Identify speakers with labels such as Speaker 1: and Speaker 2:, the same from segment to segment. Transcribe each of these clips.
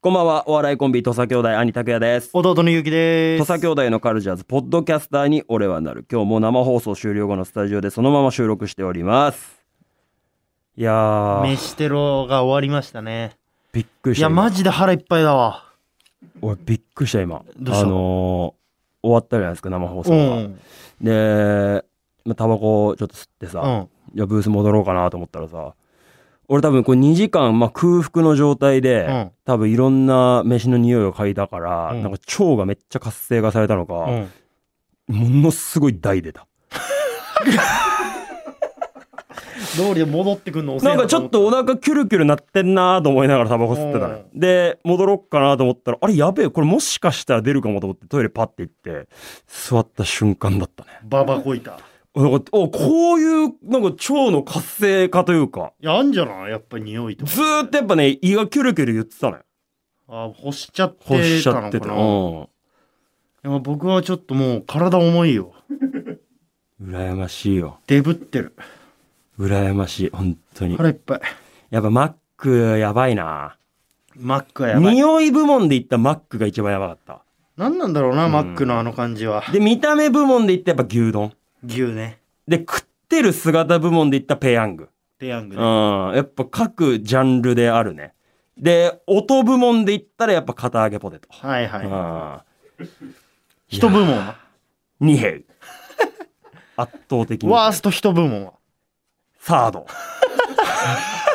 Speaker 1: こんばんは、お笑いコンビ、土佐兄弟、兄拓也です。
Speaker 2: 弟のゆうきで
Speaker 1: 土
Speaker 2: す。
Speaker 1: 佐兄弟のカルチャーズ、ポッドキャスターに俺はなる。今日も生放送終了後のスタジオでそのまま収録しております。いやー、
Speaker 2: 飯テロが終わりましたね。
Speaker 1: びっくりし
Speaker 2: い
Speaker 1: た。
Speaker 2: や、
Speaker 1: 今
Speaker 2: マジで腹いっぱいだわ。
Speaker 1: 俺びっくりした、今。
Speaker 2: どうした
Speaker 1: あのー、終わったじゃないですか、生放送
Speaker 2: う
Speaker 1: が。
Speaker 2: ん。
Speaker 1: で、まあ、タバコをちょっと吸ってさ、
Speaker 2: うん。
Speaker 1: いや、ブース戻ろうかなと思ったらさ、俺多分これ2時間、まあ、空腹の状態で、
Speaker 2: うん
Speaker 1: 多分いろんな飯の匂いを嗅いだから、
Speaker 2: うん
Speaker 1: なんか腸がめっちゃ活性化されたの
Speaker 2: う
Speaker 1: か、
Speaker 2: ん。
Speaker 1: ものすごい大出た。
Speaker 2: 通りで戻ってくんの遅い
Speaker 1: なんかちょっとお腹キュルキュルなってんなと思いながらタバコ吸ってたね。で、戻ろっかなと思ったら、あれやべえ、これもしかしたら出るかもと思ってトイレパッて行って、座った瞬間だったね。
Speaker 2: ババこいた。
Speaker 1: なんかおこういう、なんか腸の活性化というか、
Speaker 2: いや、あんじゃないやっぱ匂いとか。
Speaker 1: ずーっとやっぱね、胃がキュルキュル言ってたのよ。
Speaker 2: あ、干しちゃって
Speaker 1: 干しち
Speaker 2: た
Speaker 1: ゃ
Speaker 2: の
Speaker 1: って
Speaker 2: か
Speaker 1: て。
Speaker 2: な。
Speaker 1: うん。
Speaker 2: いや僕はちょっともう体重いよ。
Speaker 1: 羨ましいよ。
Speaker 2: デブってる。
Speaker 1: 羨ましい、本当に。
Speaker 2: 腹いっぱい。
Speaker 1: やっぱマックやばいな。
Speaker 2: マックはやばい。
Speaker 1: 匂い部門で言ったマックが一番やばかった。
Speaker 2: 何なんだろうな、
Speaker 1: ん
Speaker 2: マックのあの感じは。
Speaker 1: で、見た目部門で言ったやっぱ牛丼。
Speaker 2: 牛ね。
Speaker 1: で、食ってる姿部門で言ったペヤング。
Speaker 2: ペヤング
Speaker 1: う
Speaker 2: ね。
Speaker 1: ん。やっぱ各ジャンルであるね。で、音部門で言ったらやっぱ片揚げポテト。
Speaker 2: はいは
Speaker 1: う
Speaker 2: い。
Speaker 1: ん。
Speaker 2: 一部門は
Speaker 1: 二 兵。圧倒的に。
Speaker 2: ワースト一部門は
Speaker 1: サード。
Speaker 2: サ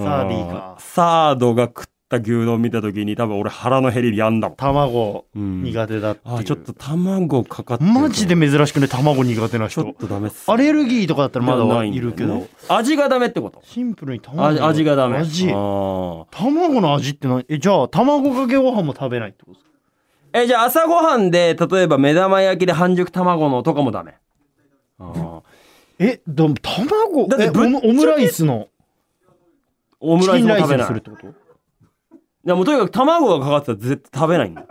Speaker 2: ービーか
Speaker 1: うんサードが食った牛丼見た時に多分俺腹の減りやんだもん。
Speaker 2: 卵
Speaker 1: うん
Speaker 2: 苦手だっていう。
Speaker 1: あ、ちょっと卵かかってると思う
Speaker 2: マジで珍しくね卵苦手な
Speaker 1: ちょっ
Speaker 2: 人
Speaker 1: とダメっす。
Speaker 2: アレルギーとかだったらまだ
Speaker 1: ないん
Speaker 2: い
Speaker 1: だよね
Speaker 2: るけど、
Speaker 1: 味がダメってこと
Speaker 2: シンプルに卵
Speaker 1: 味味がダメ。
Speaker 2: 味
Speaker 1: あー
Speaker 2: 卵の味って何えじゃあ卵かけご飯も食べないってことですか
Speaker 1: え、じゃあ朝ごはんで、例えば目玉焼きで半熟卵のとかもダメ。あー
Speaker 2: えでも卵
Speaker 1: だって
Speaker 2: え
Speaker 1: ぶっ
Speaker 2: オムオムライスの
Speaker 1: オム
Speaker 2: チ
Speaker 1: ライ
Speaker 2: キ
Speaker 1: ス
Speaker 2: ン
Speaker 1: も
Speaker 2: ライ
Speaker 1: 食
Speaker 2: ス
Speaker 1: べ
Speaker 2: に
Speaker 1: ない。
Speaker 2: するっ
Speaker 1: い
Speaker 2: てこと
Speaker 1: やもうとにかく卵がかかってたら絶対食べない んだよ。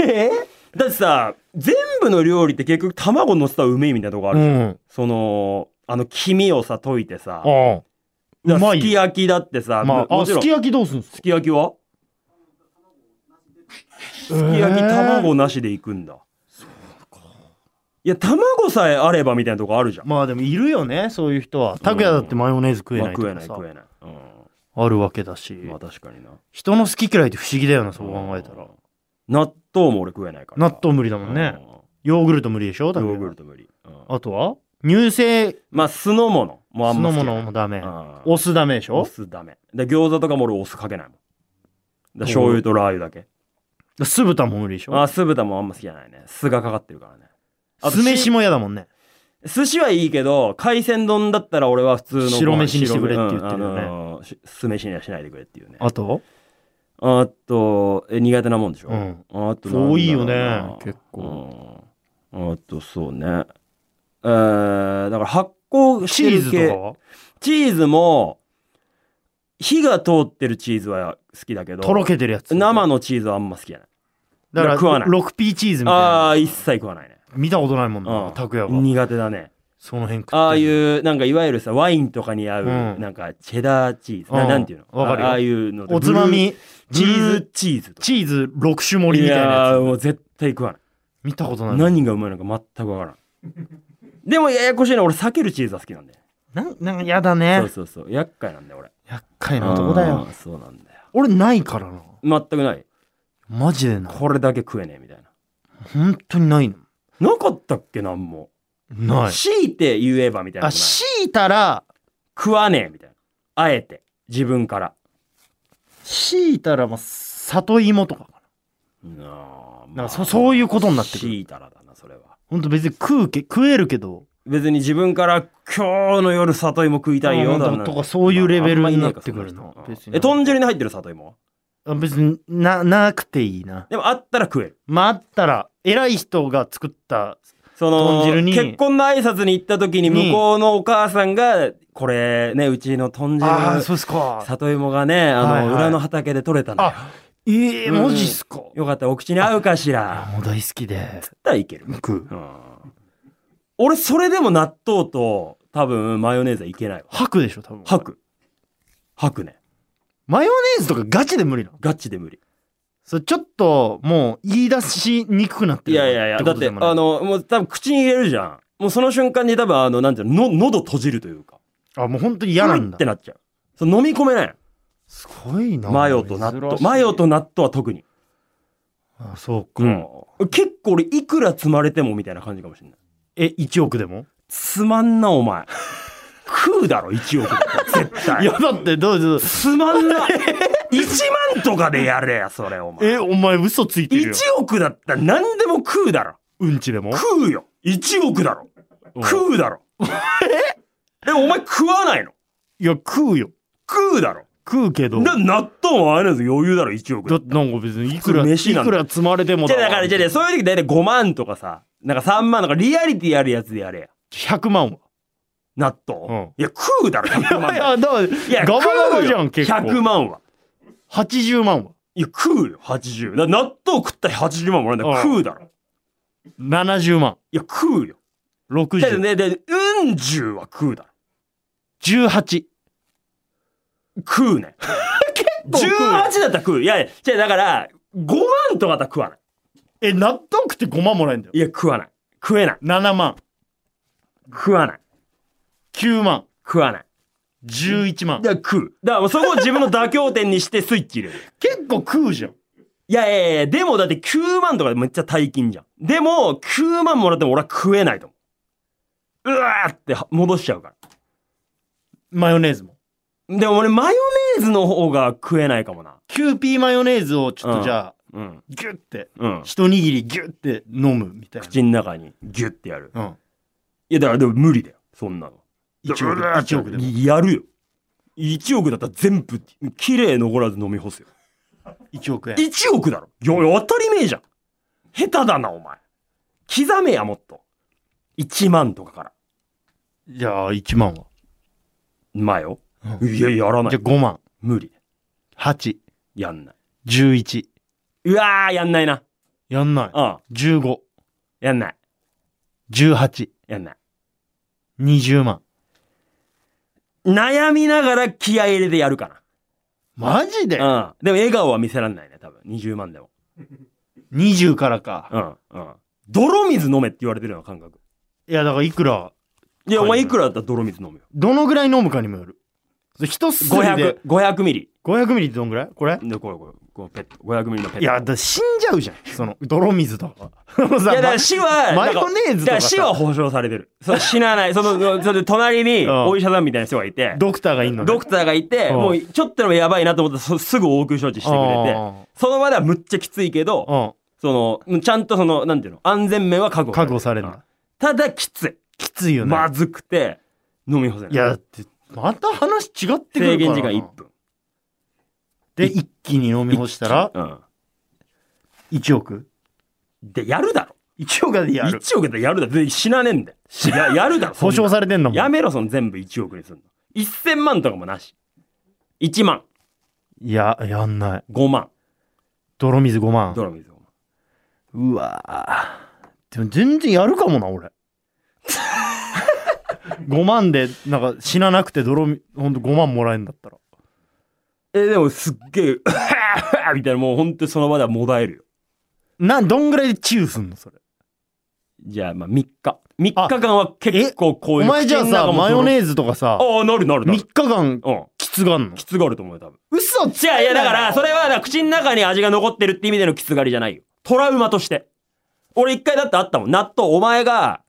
Speaker 1: えだってさ、全部の料理って結局卵のせたらうめえみたいなとこある
Speaker 2: う
Speaker 1: じゃん。
Speaker 2: ん
Speaker 1: その、あの黄身をさ、溶いてさ、
Speaker 2: ああう
Speaker 1: だから
Speaker 2: ます
Speaker 1: き
Speaker 2: い
Speaker 1: 焼きだってさ、
Speaker 2: まあ
Speaker 1: も
Speaker 2: あ
Speaker 1: ちろ
Speaker 2: す
Speaker 1: ん、
Speaker 2: き
Speaker 1: す
Speaker 2: 焼きどうするんですか
Speaker 1: き焼きは
Speaker 2: す
Speaker 1: すき焼き卵なしでいくんだ。いや、卵さえあればみたいなとこあるじゃん。
Speaker 2: まあでもいるよねそういう人は拓也だってマヨネーズ食え
Speaker 1: まあ
Speaker 2: ないと
Speaker 1: 食えな
Speaker 2: か
Speaker 1: い
Speaker 2: さ
Speaker 1: 食えない。う
Speaker 2: あるわけだし、
Speaker 1: ん。まあ確かにな。
Speaker 2: 人の好き嫌いって不思議だよなそう考えたら
Speaker 1: 納豆も俺食えないから
Speaker 2: 納豆無理だもんね
Speaker 1: うん
Speaker 2: ヨーグルト無理でしょ
Speaker 1: ヨ
Speaker 2: 拓也
Speaker 1: ーグルト無理、うん
Speaker 2: あとは乳製
Speaker 1: まあ酢の物もあ
Speaker 2: 酢
Speaker 1: んま
Speaker 2: の
Speaker 1: 好きじゃ
Speaker 2: 物
Speaker 1: ない
Speaker 2: もダメ。
Speaker 1: うん
Speaker 2: お酢ダメでし
Speaker 1: お
Speaker 2: ょ
Speaker 1: 酢ダメで餃子とかも俺お酢かけないもんだ醤油とラー油だけ
Speaker 2: 酢豚も無理でしょ
Speaker 1: あ酢豚もあんま好きじゃないね酢がかかってるからねあと
Speaker 2: 酢飯も嫌だもんね。
Speaker 1: 寿司はいいけど海鮮丼だったら俺は普通のご飯
Speaker 2: 白飯にしてくれって言ってるよね
Speaker 1: 白飯うんあのーし酢飯にはしないでくれっていうね
Speaker 2: あと
Speaker 1: あとえ苦手なもんでしょ、
Speaker 2: うん
Speaker 1: あと
Speaker 2: そう多いよね
Speaker 1: なんだろうな
Speaker 2: 結構
Speaker 1: うんあとそうねえー、だから発酵し
Speaker 2: チ
Speaker 1: て
Speaker 2: ー
Speaker 1: る
Speaker 2: ズと
Speaker 1: 系
Speaker 2: かは
Speaker 1: チーズも火が通ってるチーズは好きだけど
Speaker 2: とろけてるやつ。
Speaker 1: 生のチーズはあんま好きじゃない
Speaker 2: だから
Speaker 1: 食わない
Speaker 2: ろ 6P チーズみたい
Speaker 1: あ
Speaker 2: な。
Speaker 1: あー一切食わないね
Speaker 2: 見たことないもん
Speaker 1: う
Speaker 2: な、
Speaker 1: ん
Speaker 2: 拓也は。
Speaker 1: 苦手だね
Speaker 2: その辺食って
Speaker 1: ああいうなんかいわゆるさワインとかに合う、
Speaker 2: うん
Speaker 1: なんかチェダーチーズ、
Speaker 2: う
Speaker 1: なんなんていうの
Speaker 2: わかるよ
Speaker 1: あああいうので
Speaker 2: おつまみ、
Speaker 1: ブルー
Speaker 2: チー
Speaker 1: ブル
Speaker 2: ズ
Speaker 1: ーチーズとか
Speaker 2: チーズ6種盛りみたいな
Speaker 1: やーも
Speaker 2: や
Speaker 1: う絶対食わない
Speaker 2: つ。見たことないもん。
Speaker 1: 何がうまいのか全くわからんでもややこしいのは俺避けるチーズは好きなんだよ
Speaker 2: なんなんか嫌だ
Speaker 1: そ
Speaker 2: ね
Speaker 1: う。そうそう厄介なんだよ俺
Speaker 2: 厄介な男だよ
Speaker 1: あ。ーそうなんだよ
Speaker 2: 俺ないからな。
Speaker 1: 全くない
Speaker 2: マジでな。
Speaker 1: これだけ食えねえみたいな
Speaker 2: 本当にないの。
Speaker 1: なかったっけなんも、
Speaker 2: ない。
Speaker 1: 強いて言えばみたいな
Speaker 2: あ、
Speaker 1: のない
Speaker 2: 強いたら、
Speaker 1: 食わねえみたいなあえて自分から
Speaker 2: 強いたら、まあ、里芋とかかな。
Speaker 1: な
Speaker 2: なんかそそういうことになってくる
Speaker 1: 強いたらだなそれは
Speaker 2: ほんと別に食うけ、食えるけど、
Speaker 1: 別に自分から今日の夜里芋食いたいよ
Speaker 2: うん
Speaker 1: だなん
Speaker 2: とかそういうレベルになってくる
Speaker 1: まあ
Speaker 2: の
Speaker 1: あんまいいかそんな人
Speaker 2: 別に
Speaker 1: え豚汁に入ってる里芋は
Speaker 2: あ別にな、なくていいな。
Speaker 1: でもあったら食える
Speaker 2: まあ、あったら、偉い人が作った、
Speaker 1: その
Speaker 2: 豚汁に
Speaker 1: 結婚の挨拶に行った時に向こうのお母さんがこれねうちの豚
Speaker 2: ああ、
Speaker 1: 汁
Speaker 2: そうっすか。
Speaker 1: 里芋がねあの、
Speaker 2: はいはい
Speaker 1: 裏の畑で取れたのよ
Speaker 2: あ、ええ
Speaker 1: うん
Speaker 2: マジっすか。
Speaker 1: よかったらお口に合うかしら
Speaker 2: あもう大好きで。
Speaker 1: つったらいける
Speaker 2: 食う。
Speaker 1: うん俺それでも納豆と多分マヨネーズはいけないわ
Speaker 2: 吐くでしょ、多分。
Speaker 1: 吐く吐くね
Speaker 2: マヨネーズとかガチで無理なの
Speaker 1: ガチで無理。
Speaker 2: それちょっともう言い出しにくくなって
Speaker 1: い
Speaker 2: る
Speaker 1: やいやいや、だって、あ
Speaker 2: の
Speaker 1: の、もう多分口に入れるじゃん。もうその瞬間に多分、あの、なんていうの、の喉閉じるというか。
Speaker 2: あもう本当に嫌なん
Speaker 1: うい
Speaker 2: だ
Speaker 1: ってなっちゃう。その飲み込めない。
Speaker 2: すごいな
Speaker 1: マヨと納豆
Speaker 2: 珍。しい
Speaker 1: マヨと納豆は特に。
Speaker 2: あそうか、
Speaker 1: うん結構俺、いくら積まれてもみたいな感じかもしれない。
Speaker 2: え1億でも
Speaker 1: つまんな、お前。食うだろ、1億だったら絶
Speaker 2: い
Speaker 1: 対。
Speaker 2: やだってどうぞ
Speaker 1: つまんな。1万とかでやれや、それ、お前。
Speaker 2: えお前嘘ついてるよ
Speaker 1: 1億だったら何でも食うだろ。
Speaker 2: うんちでも
Speaker 1: 食うよ。1億だろ。
Speaker 2: うん
Speaker 1: 食うだろ。ええ、お前食わないの
Speaker 2: いや食うよ
Speaker 1: 食うだろ。
Speaker 2: 食うけど
Speaker 1: だ納豆もあれなんです余裕だろ、1億。
Speaker 2: だってなんか別にいくら
Speaker 1: 普
Speaker 2: い
Speaker 1: 通飯なんだ
Speaker 2: くら積まれても
Speaker 1: じゃあ
Speaker 2: わ
Speaker 1: だから、じゃあねそういう時大体5万とかさ、なんか3万とかリアリティあるやつでやれや。
Speaker 2: 100万は
Speaker 1: 納
Speaker 2: う
Speaker 1: 豆
Speaker 2: ん。
Speaker 1: いや、食うだろ、100万
Speaker 2: い。やだから
Speaker 1: いや、
Speaker 2: ガバガバ
Speaker 1: 食う
Speaker 2: じゃ
Speaker 1: よ
Speaker 2: ん結構
Speaker 1: 100万は。
Speaker 2: 80万はい
Speaker 1: や、食うよ、80。だから納豆食ったら80万もらえんだから
Speaker 2: うん
Speaker 1: 食うだろ。
Speaker 2: 70万
Speaker 1: いや、食うよ。
Speaker 2: 60
Speaker 1: だけどね、で、うん十は食うだろ。
Speaker 2: 18
Speaker 1: 食う ね。
Speaker 2: 構食うよ
Speaker 1: 18だったら食う。いやいや、じゃあだから、5万とかだったら食わない。
Speaker 2: え納豆食って5万もらえんだよ
Speaker 1: いや、食わない。食えない。
Speaker 2: 7万
Speaker 1: 食わない。
Speaker 2: 9万
Speaker 1: 食わない。
Speaker 2: 11万
Speaker 1: だから食う。だからもうそこを自分の妥協点にしてスイッチ入れる。
Speaker 2: 結構食うじゃん
Speaker 1: いやいやいや、でもだって9万とかでめっちゃ大金じゃん。でも、9万もらっても俺は食えないと思う。うわーって戻しちゃうか
Speaker 2: マヨネーズも
Speaker 1: ら。でも俺、マヨネーズの方が食えないかもな。
Speaker 2: キューピーマヨネーズをちょっとじゃあ、
Speaker 1: うん。
Speaker 2: ギュッて
Speaker 1: うん。
Speaker 2: 一握りギュッて飲むみたいな
Speaker 1: 口の中にギュッてやる。
Speaker 2: うん
Speaker 1: いや、だからでも無理だよ。そんなの。
Speaker 2: 1億
Speaker 1: うわーって
Speaker 2: 1億でも
Speaker 1: やるよ。1億だったら全部、綺麗残らず飲み干すよ。
Speaker 2: 1億円
Speaker 1: 1億だろよ、当たり前じゃん下手だな、お前。刻めや、もっと。1万とかから。
Speaker 2: じゃあ1万は
Speaker 1: まよ。
Speaker 2: う
Speaker 1: いや、やらな
Speaker 2: じゃ
Speaker 1: い
Speaker 2: あ。5万
Speaker 1: 無理。
Speaker 2: 8
Speaker 1: やんない。
Speaker 2: 11
Speaker 1: うわー、やんないな。
Speaker 2: やんない
Speaker 1: うん。
Speaker 2: 15
Speaker 1: やんない。
Speaker 2: 18
Speaker 1: やんない。
Speaker 2: 20万
Speaker 1: 悩みながら気合い入れてやるか
Speaker 2: マジで
Speaker 1: な。うん。でも笑顔は見せらんないね、多分。20万でも。
Speaker 2: 20からか
Speaker 1: うん。うん。泥水飲めって言われてるような感覚。
Speaker 2: いやだからいくら
Speaker 1: いや、お前いくらだったら泥水飲むよ。
Speaker 2: どのぐらい飲むかにもよるそれ一すりで
Speaker 1: 500、500ミリ。
Speaker 2: 500ミリってどんぐらいこれ
Speaker 1: で、これ、これ、このペット。500ミリのペット。
Speaker 2: いや、だ死んじゃうじゃん。その、泥水とか。い や、
Speaker 1: いや、だから死は、
Speaker 2: マヨネーズと
Speaker 1: だ
Speaker 2: かさ
Speaker 1: ら死は保証されてる。その死なない。その、その隣に
Speaker 2: うん
Speaker 1: お医者さんみたいな人がいて、
Speaker 2: ドクターがいんのね。
Speaker 1: ドクターがいて、
Speaker 2: うん
Speaker 1: もうちょっとでもやばいなと思ったらそすぐ応急処置してくれて、その場ではむっちゃきついけど、
Speaker 2: うん。
Speaker 1: その、ちゃんとその、なんていうの、安全面は確保
Speaker 2: 覚悟されるん
Speaker 1: うん
Speaker 2: だ。
Speaker 1: ただきつ
Speaker 2: きつい
Speaker 1: い。
Speaker 2: よね。
Speaker 1: まずくて、飲み干せない。
Speaker 2: いや、だって、また話違って
Speaker 1: 制
Speaker 2: くるから
Speaker 1: 限
Speaker 2: な。
Speaker 1: 時間1分。
Speaker 2: で、一気に飲み干したら、
Speaker 1: うん。
Speaker 2: 1億
Speaker 1: で、やるだろ。
Speaker 2: ?1 億でやる。
Speaker 1: 1億でやるだろ。で死なねえんだよ。しややるだろ。そん な
Speaker 2: 保証されてんのもん。
Speaker 1: やめろ、その全部1億にするの。1000万とかもなし。1万、
Speaker 2: いや、やんない。
Speaker 1: 5万、
Speaker 2: 泥水5万。
Speaker 1: ドラムですよ。
Speaker 2: うわぁでも全然やるかもな、俺。5万で、なんか死ななくて泥水、ほんと5万もらえんだったら。
Speaker 1: えー、でもすっげえ、 うわーみたいな、もう本当にその場ではもだえるよ。
Speaker 2: な、どんぐらいでチューすんの、それ。
Speaker 1: じゃあ、まあ3日。3日間は結構こう
Speaker 2: お
Speaker 1: いう。
Speaker 2: 前じゃあさ、マヨ
Speaker 1: ー
Speaker 2: ネ
Speaker 1: ズ。
Speaker 2: ーズとかさ、
Speaker 1: ああ、なるなるな
Speaker 2: 3
Speaker 1: る
Speaker 2: 日。間
Speaker 1: うん。
Speaker 2: きつがんの
Speaker 1: きつがると思うよ、多分。
Speaker 2: 嘘つ
Speaker 1: じゃあ、いや、だから、それはだから口の中に味が残ってるって意味でのきつがりじゃないよ。トラウマとして。俺一回だってあったもん。納豆、お前が、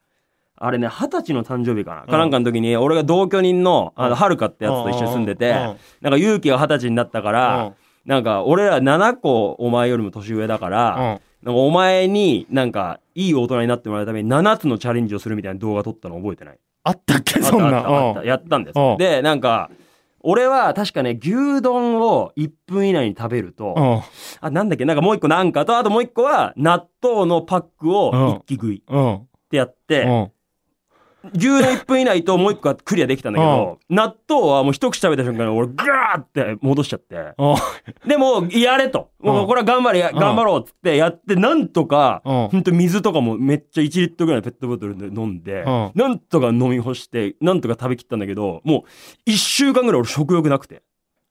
Speaker 1: あれね、二十歳の誕生日かな、
Speaker 2: うん
Speaker 1: かなんかの時に、俺が同居人の、あの、はるかってやつと一緒に住んでて、
Speaker 2: うんうん
Speaker 1: なんか勇気が二十歳になったから、なんか俺ら7個お前よりも年上だから、なんかお前になんかいい大人になってもらうために7つのチャレンジをするみたいな動画撮ったの覚えてない
Speaker 2: あったっけ
Speaker 1: あっ
Speaker 2: そん
Speaker 1: たあ
Speaker 2: な
Speaker 1: ったあった
Speaker 2: ん
Speaker 1: やったんです
Speaker 2: うん
Speaker 1: でなんか俺は確かね牛丼を1分以内に食べるとあなんだっけなんかもう一個なんかとあともう一個は納豆のパック
Speaker 2: うん
Speaker 1: を一気食いっ
Speaker 2: うんうん
Speaker 1: てやって
Speaker 2: うん
Speaker 1: 牛丼1分以内ともう一個はクリアできたんだけど納豆はもう一口食べた瞬間に俺ガーって戻しちゃって
Speaker 2: うん
Speaker 1: でも、やれと。もうこれは頑張れ、や
Speaker 2: うん
Speaker 1: 頑張ろうっつってやって、なんとか、
Speaker 2: うん
Speaker 1: ほんと水とかもめっちゃ1リットルぐらいのペットボトルで飲んで
Speaker 2: うん、
Speaker 1: なんとか飲み干して、なんとか食べきったんだけど、もう1週間ぐらい俺食欲なくて。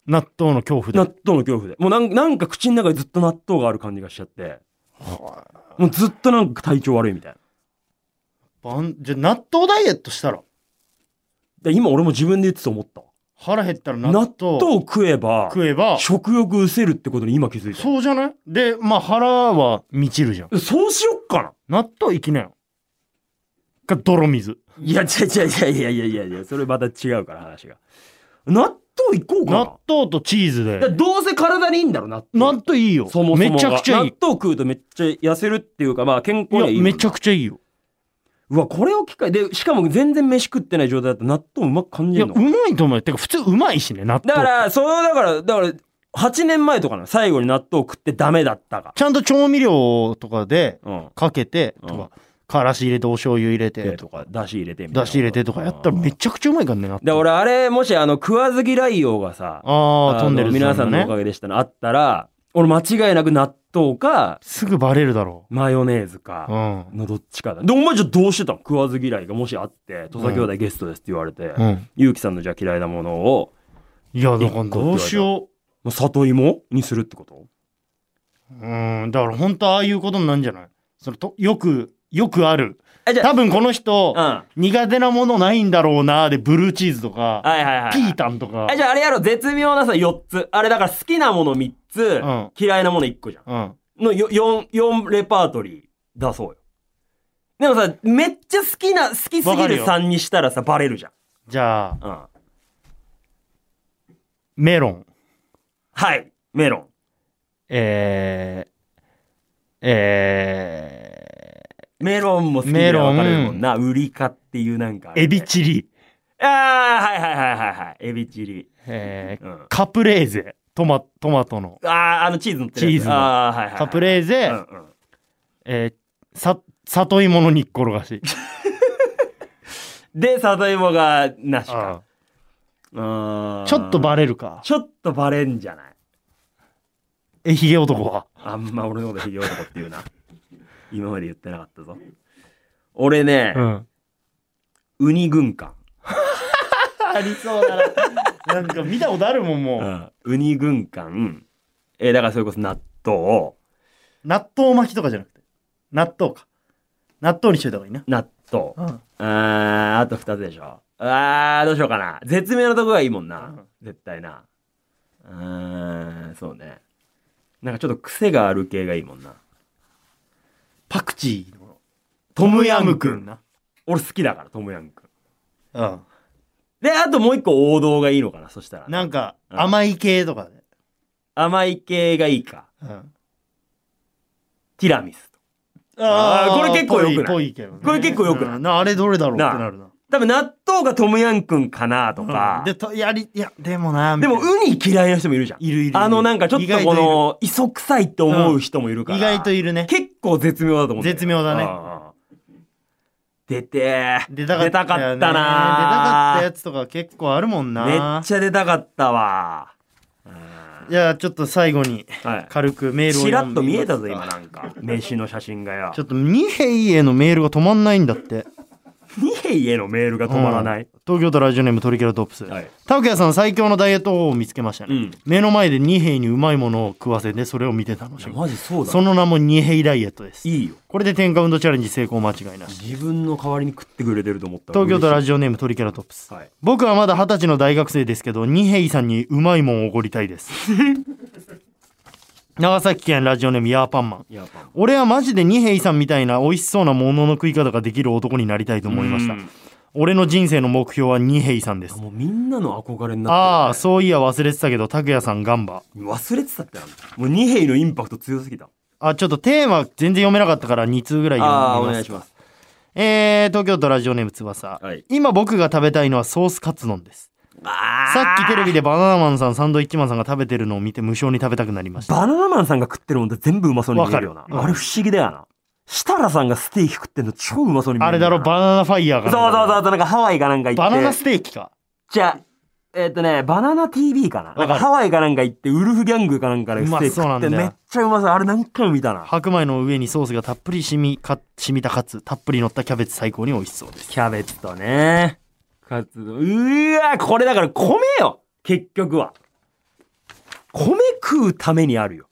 Speaker 2: 納豆の恐怖で
Speaker 1: 納豆の恐怖で。もうなんなんか口の中でずっと納豆がある感じがしちゃって、
Speaker 2: はあ
Speaker 1: もうずっとなんか体調悪いみたいな。
Speaker 2: ばんじゃあ納豆ダイエットしたら
Speaker 1: で今俺も自分で言ってて思ったわ。
Speaker 2: 腹減ったら納
Speaker 1: 納
Speaker 2: 豆
Speaker 1: 豆を食えば、
Speaker 2: 食えば
Speaker 1: 食欲失せるってことに今気づいた。
Speaker 2: そうじゃないでまあ腹は満ちるじゃん
Speaker 1: そうしよっかな。
Speaker 2: 納豆いきなよか泥水
Speaker 1: いや、違う違う違ういやいやいやいや、それまた違うから話が。納豆いこうかな。
Speaker 2: 納豆とチーズ
Speaker 1: だから
Speaker 2: で
Speaker 1: どうせ体にいいんだろ、納豆。
Speaker 2: 納豆いいよ
Speaker 1: そもそもが
Speaker 2: めちゃくちゃいい
Speaker 1: 納豆食うとめっちゃ痩せるっていうか、まあ健
Speaker 2: い
Speaker 1: 康にはいいも
Speaker 2: や
Speaker 1: ん
Speaker 2: めちゃくちゃいいよ
Speaker 1: うわ、これを機会で、しかも全然飯食ってない状態だと納豆うまく感
Speaker 2: い
Speaker 1: じ
Speaker 2: や
Speaker 1: る
Speaker 2: う
Speaker 1: の。
Speaker 2: まいと思うよてか普通うまいしね納
Speaker 1: だか
Speaker 2: 豆
Speaker 1: ら、その、だから、だから、8年前とかなの、最後に納豆を食ってダメだったが。
Speaker 2: ちゃんと調味料とかで
Speaker 1: うん。
Speaker 2: かけて
Speaker 1: うん
Speaker 2: とかからし入れてお醤油入れて
Speaker 1: で
Speaker 2: と
Speaker 1: と
Speaker 2: か
Speaker 1: か、だし入れてみたいな。
Speaker 2: だし入れてとかやったらめちゃくちゃうまいからね納
Speaker 1: で、
Speaker 2: 豆
Speaker 1: 俺、あれ、もし、あの、食わず嫌いようがさ、
Speaker 2: ああトンネル
Speaker 1: あの
Speaker 2: ズ
Speaker 1: 皆さんのおかげでしたの、あったら、俺間違いなく納豆か、
Speaker 2: すぐバレるだろ
Speaker 1: マヨネーズ
Speaker 2: うう
Speaker 1: か、
Speaker 2: ん
Speaker 1: のどっちかだ。で、お前じゃあどうしてたの食わず嫌いがもしあって、土佐兄弟ゲストですって言われて、
Speaker 2: うん
Speaker 1: ゆうきさんのじゃあ嫌いなものを、
Speaker 2: いやだからどうしよ
Speaker 1: まあ里芋にするってこと
Speaker 2: ううんだから本当ああいうことになるんじゃないそのとよくよくある
Speaker 1: え、じゃ
Speaker 2: 多分この人
Speaker 1: あ、
Speaker 2: 苦手なものないんだろうなでブルーチーズ
Speaker 1: う
Speaker 2: と
Speaker 1: ん。は
Speaker 2: か
Speaker 1: いはいはい。
Speaker 2: ピータンとか
Speaker 1: あじゃああれやろ、絶妙なさ、4つ。あれだから好きなもの3つ、
Speaker 2: うん
Speaker 1: 嫌いなもの1個じゃ
Speaker 2: うん
Speaker 1: ん。のよ4、4レパートリー出そうよ。でもさ、めっちゃ好きな、好きす
Speaker 2: わか
Speaker 1: ぎ
Speaker 2: る
Speaker 1: る
Speaker 2: よ
Speaker 1: 3にしたらさ、バレるじゃん。
Speaker 2: じゃあ
Speaker 1: うん。
Speaker 2: メロン
Speaker 1: はい、メロン。
Speaker 2: えー、え
Speaker 1: メロンも好き
Speaker 2: メ
Speaker 1: で
Speaker 2: ロン
Speaker 1: 分かれるもんな。売りかっていうなんかあ
Speaker 2: ー、
Speaker 1: れね、
Speaker 2: エビチリ、
Speaker 1: ああ、はいはいはいはいはい。エビチリ。
Speaker 2: えー、
Speaker 1: うん。あ
Speaker 2: カプレーゼ、トマ、トマトの、
Speaker 1: あ、あのチーズのってるやつ
Speaker 2: チーズの
Speaker 1: ああ、はいはい、はい。
Speaker 2: カプレーゼ、
Speaker 1: うんうん。
Speaker 2: えー、さ、里芋の煮っころがし。
Speaker 1: で、里芋がなしか。
Speaker 2: あ
Speaker 1: うん
Speaker 2: ーちょっとバ
Speaker 1: レ、
Speaker 2: レるか。
Speaker 1: ちょっとバレんじゃない
Speaker 2: え、ヒゲ男は。
Speaker 1: あんま俺のことひげ男って言うな。今まで言ってなかったぞ。俺ね、
Speaker 2: うん。
Speaker 1: ウニ軍艦。
Speaker 2: ありそうだな。なんか見たことあるもん、も
Speaker 1: う
Speaker 2: う。
Speaker 1: んウニ軍艦。えーだからそれこそ納豆、
Speaker 2: 納豆巻きとかじゃなくて。納豆か。納豆にしといた方がいいな。
Speaker 1: 納豆。
Speaker 2: うん。
Speaker 1: あー、あと二つでしょ。あー、どうしようかな。絶妙なとこがいいもんな。
Speaker 2: うん
Speaker 1: 絶対な。うーん、そうね。なんかちょっと癖がある系がいいもんな。
Speaker 2: パクチーの。
Speaker 1: トム
Speaker 2: ヤ
Speaker 1: ヤ
Speaker 2: ム
Speaker 1: ム
Speaker 2: ク
Speaker 1: ク
Speaker 2: ン
Speaker 1: ン
Speaker 2: な。
Speaker 1: 俺好きだから、トムヤムクン。
Speaker 2: うん。
Speaker 1: で、あともう一個王道がいいのかな、そしたら。
Speaker 2: なんか、
Speaker 1: うん
Speaker 2: 甘い系とかで。
Speaker 1: 甘い系がいいか。
Speaker 2: うん。
Speaker 1: ティラミス。
Speaker 2: あ
Speaker 1: あ
Speaker 2: あ、
Speaker 1: ーこれ結構良くない
Speaker 2: ぽいけどね
Speaker 1: これ結構良くない
Speaker 2: うんなあれどれだろうってなるな。
Speaker 1: 多分納豆がトムヤムクンかなとか
Speaker 2: うん。で、とやり、いや、でもな、み
Speaker 1: で
Speaker 2: たい
Speaker 1: も
Speaker 2: な
Speaker 1: ウニ嫌いな人もいるじゃん。
Speaker 2: いるいるいる。
Speaker 1: あのなんかちょっ
Speaker 2: 意
Speaker 1: と
Speaker 2: 外
Speaker 1: こ
Speaker 2: いる
Speaker 1: の、磯臭いって思う人もいるから。
Speaker 2: 意外といるね。
Speaker 1: 結構絶妙だと思うんよ
Speaker 2: 絶妙だね
Speaker 1: うんうん出てー
Speaker 2: 出たかったよね
Speaker 1: 出たかったな
Speaker 2: 出たかったやつとか結構あるもんな。
Speaker 1: めっちゃ出たかったわうん
Speaker 2: いや、ちょっと最後に
Speaker 1: はい
Speaker 2: 軽くメールを
Speaker 1: ちら
Speaker 2: 読
Speaker 1: っ
Speaker 2: ん
Speaker 1: と
Speaker 2: で
Speaker 1: 見
Speaker 2: みま
Speaker 1: え
Speaker 2: すか
Speaker 1: たぞ今なん か飯の写真がよ
Speaker 2: ちょっと二平へのメールが止まんないんだって。
Speaker 1: 二平へのメールが止まらない、
Speaker 2: 東京都ラジオネームトリケラトプス。
Speaker 1: はい
Speaker 2: タオキヤさん最強のダイエット法を見つけましたね。
Speaker 1: うん
Speaker 2: 目の前で二平にうまいものを食わせてそれを見て楽しむ。
Speaker 1: マジそうだ
Speaker 2: その名も二平ダイエットです。
Speaker 1: いいよ
Speaker 2: これで添加運動チャレンジ成功間違いなし。
Speaker 1: 自分の代わりに食ってくれてると思った
Speaker 2: 東京都ラ
Speaker 1: ジ
Speaker 2: ジオネームトリケラトプス。
Speaker 1: はい
Speaker 2: 僕はまだ二十歳の大学生ですけど二平さんにうまいもんをおごりたい です長崎県ラジオネームヤーパンマン
Speaker 1: いやパン
Speaker 2: 俺はマジで二平さんみたいな美味しそうなものの食い方ができる男になりたいと思いました
Speaker 1: うん
Speaker 2: 俺の人生の目標は二平さんです
Speaker 1: もうみんなの憧れに
Speaker 2: あ
Speaker 1: な
Speaker 2: あ
Speaker 1: って
Speaker 2: そういや忘れてたけど拓也さんガンバ
Speaker 1: る、ね、忘れてたってなもう二平のインパクト強すぎた
Speaker 2: あちょっとテーマ全然読めなかったから2通ぐらい
Speaker 1: ああ
Speaker 2: 読
Speaker 1: ーお
Speaker 2: みます
Speaker 1: 願いします
Speaker 2: えー、東京都ラジオネーム翼、
Speaker 1: はい
Speaker 2: 今僕が食べたいのはソースカツ丼です
Speaker 1: あ
Speaker 2: さっきテレ
Speaker 1: ビ
Speaker 2: ビでバナナマンさんサンドイッチマンさんが食べてるのを見て無性に食べたくなりました
Speaker 1: バナナマンさんが食ってるもんって全部うまそうに見えるよな
Speaker 2: わ。かる
Speaker 1: あれ不思議だよな。設楽さんがステーキ食ってんの超うまそうに見え
Speaker 2: あ
Speaker 1: る
Speaker 2: れ
Speaker 1: んよ
Speaker 2: だ
Speaker 1: な。
Speaker 2: ろ、バナナファイヤー
Speaker 1: そ
Speaker 2: が。
Speaker 1: うそうそうそう、なんかハワイかなんか行って。
Speaker 2: バナナステーキか。
Speaker 1: じゃあ、えっ、とね、バナナ TV かな。
Speaker 2: かる
Speaker 1: なんかハワイかなんか行って、ウルフギャングかなんかでステーキ
Speaker 2: うまそう
Speaker 1: 食
Speaker 2: な
Speaker 1: っ
Speaker 2: んだ
Speaker 1: て
Speaker 2: よ
Speaker 1: めっちゃうまそう。あれ何回も見たな。
Speaker 2: 白米の上にソースがたっぷり染みか、染みたカツ、たっぷり乗ったキャベツ最高に美味しそうです。
Speaker 1: キャベツとね、カツ丼。うーわ、これだから米よ結局は。米食うためにあるよ。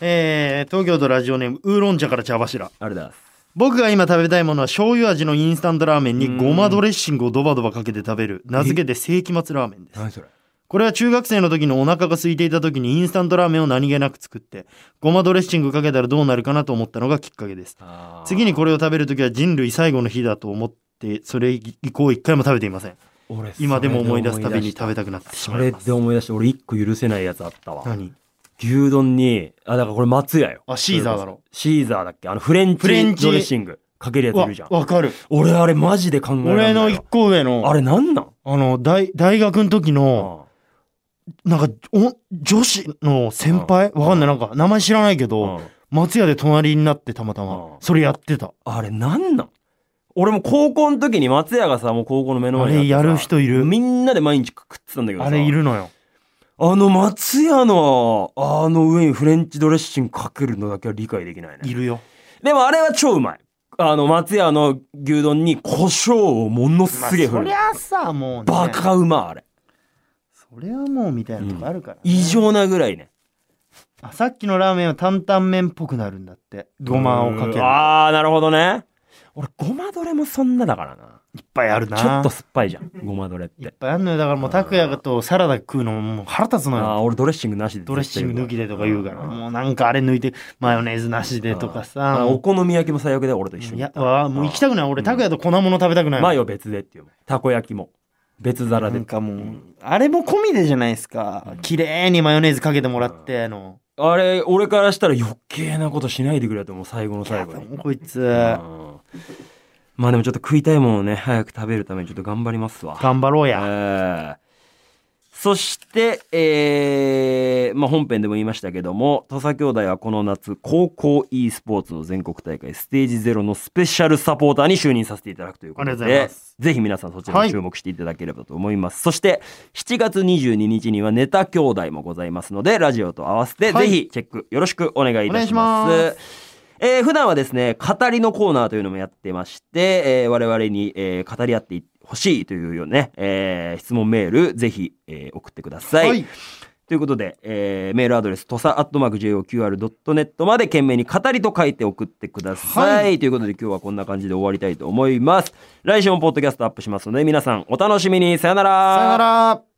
Speaker 2: えー、東京都ラジオネームウーロン茶から茶柱
Speaker 1: あれだ。
Speaker 2: 僕が今食べたいものは醤油味のインスタントラーメンにごまドレッシングをドバドバかけて食べる名付けて世紀末ラーメンです
Speaker 1: 何それ。
Speaker 2: これは中学生の時のお腹が空いていた時にインスタントラーメンを何気なく作ってごまドレッシングかけたらどうなるかなと思ったのがきっかけです次にこれを食べる時は人類最後の日だと思ってそれ以降一回も食べていません
Speaker 1: 俺
Speaker 2: 今でも思い出すたびに食べ
Speaker 1: た。
Speaker 2: たくなってし
Speaker 1: そ
Speaker 2: まい
Speaker 1: れ
Speaker 2: ます
Speaker 1: で思い出して、俺一個許せないやつあったわ。
Speaker 2: 何
Speaker 1: 牛丼に、あ、だからこれ松屋よ。
Speaker 2: あシーザーだろ
Speaker 1: シーザーだっけあのフレンチ
Speaker 2: フレンチ
Speaker 1: ドレッシングかけるやつい
Speaker 2: わ
Speaker 1: るじゃん。
Speaker 2: わかる
Speaker 1: 俺あれマジで考えられな
Speaker 2: 俺
Speaker 1: いわ。
Speaker 2: の一個上の
Speaker 1: あれなんなん
Speaker 2: あの大大学の時の
Speaker 1: あ
Speaker 2: なんかお女子の先輩わかんないなんか名前知らないけど松屋で隣になってたまた
Speaker 1: うん
Speaker 2: まそれやってた
Speaker 1: あれなんなん俺も高校の時に松屋がさ、もう高校の目の
Speaker 2: あ
Speaker 1: 前にあってさ
Speaker 2: れやる人いる
Speaker 1: みんなで毎日食ってたんだけどさ。
Speaker 2: あれいるのよ
Speaker 1: あの松屋の、あの上にフレンチドレッシングかけるのだけは理解できないね。
Speaker 2: いるよ
Speaker 1: でもあれは超うまい。あの松屋の牛丼に胡椒をものすげえ振
Speaker 2: そ
Speaker 1: る
Speaker 2: り。ゃさもうね
Speaker 1: バカうまあれ。
Speaker 2: それはもうみたいなとこあるからね
Speaker 1: 異常なぐらいね。
Speaker 2: あさっきのラーメンは担々麺っぽくなるんだってごまをかける
Speaker 1: うんああ、なるほどね。俺、ごまどれもそんなだからな。
Speaker 2: いっぱいあるな
Speaker 1: ちょっと酸っぱいじゃん、ごまどれっ。
Speaker 2: いってぱいあんのよだからもう拓也とサラダ食うのももう腹立つの
Speaker 1: あ
Speaker 2: よ
Speaker 1: あ、俺ドレッシングなしで。
Speaker 2: ドレッシング抜きでとか言うから
Speaker 1: ん
Speaker 2: もうなんかあれ抜いてマヨネーズなしでとか
Speaker 1: あ
Speaker 2: さ
Speaker 1: ーお好み焼きも最悪だよ、俺と一緒
Speaker 2: い
Speaker 1: に。
Speaker 2: やわあもう行きたくない俺
Speaker 1: うん
Speaker 2: 拓也と粉物食べたくない
Speaker 1: マヨ別でっていう。たこ焼きも。別皿
Speaker 2: な
Speaker 1: で
Speaker 2: ん。かもうあれも込みでじゃないですか綺麗にマヨネーズかけてもらってあの
Speaker 1: あれ、俺からしたら余計なことしないでくれと思う、最後の最後に。
Speaker 2: こいつ
Speaker 1: うんまあでもちょっと食いたいものをね、早く食べるためにちょっと頑張りますわ。
Speaker 2: 頑張ろうや
Speaker 1: えーそして、えーまあ、本編でも言いましたけども土佐兄弟はこの夏高校 e スポーツの全国大会ステージ0のスペシャルサポーターに就任させていただくということで
Speaker 2: ありがとうございます
Speaker 1: ぜひ皆さんそちらに注目していただければと思います、そして7月22日にはネタ兄弟もございますのでラジオと合わせて
Speaker 2: は
Speaker 1: ぜ
Speaker 2: い
Speaker 1: ひチェックよろしくお願いいたします。
Speaker 2: お願いしま
Speaker 1: えー普段はですね語りのコーナーというのもやってまして、えー我々に、えー語り合ってほしいというようなね、えー質問メールぜひ、えー送ってください。
Speaker 2: はい
Speaker 1: ということで、えーメールアドレスとさ @joqr.net まで懸命に語りと書いて送ってください、
Speaker 2: は
Speaker 1: ということで今日はこんな感じで終わりたいと思います。来週もポッドキャストアップしますので皆さんお楽しみにさよなら。
Speaker 2: さよなら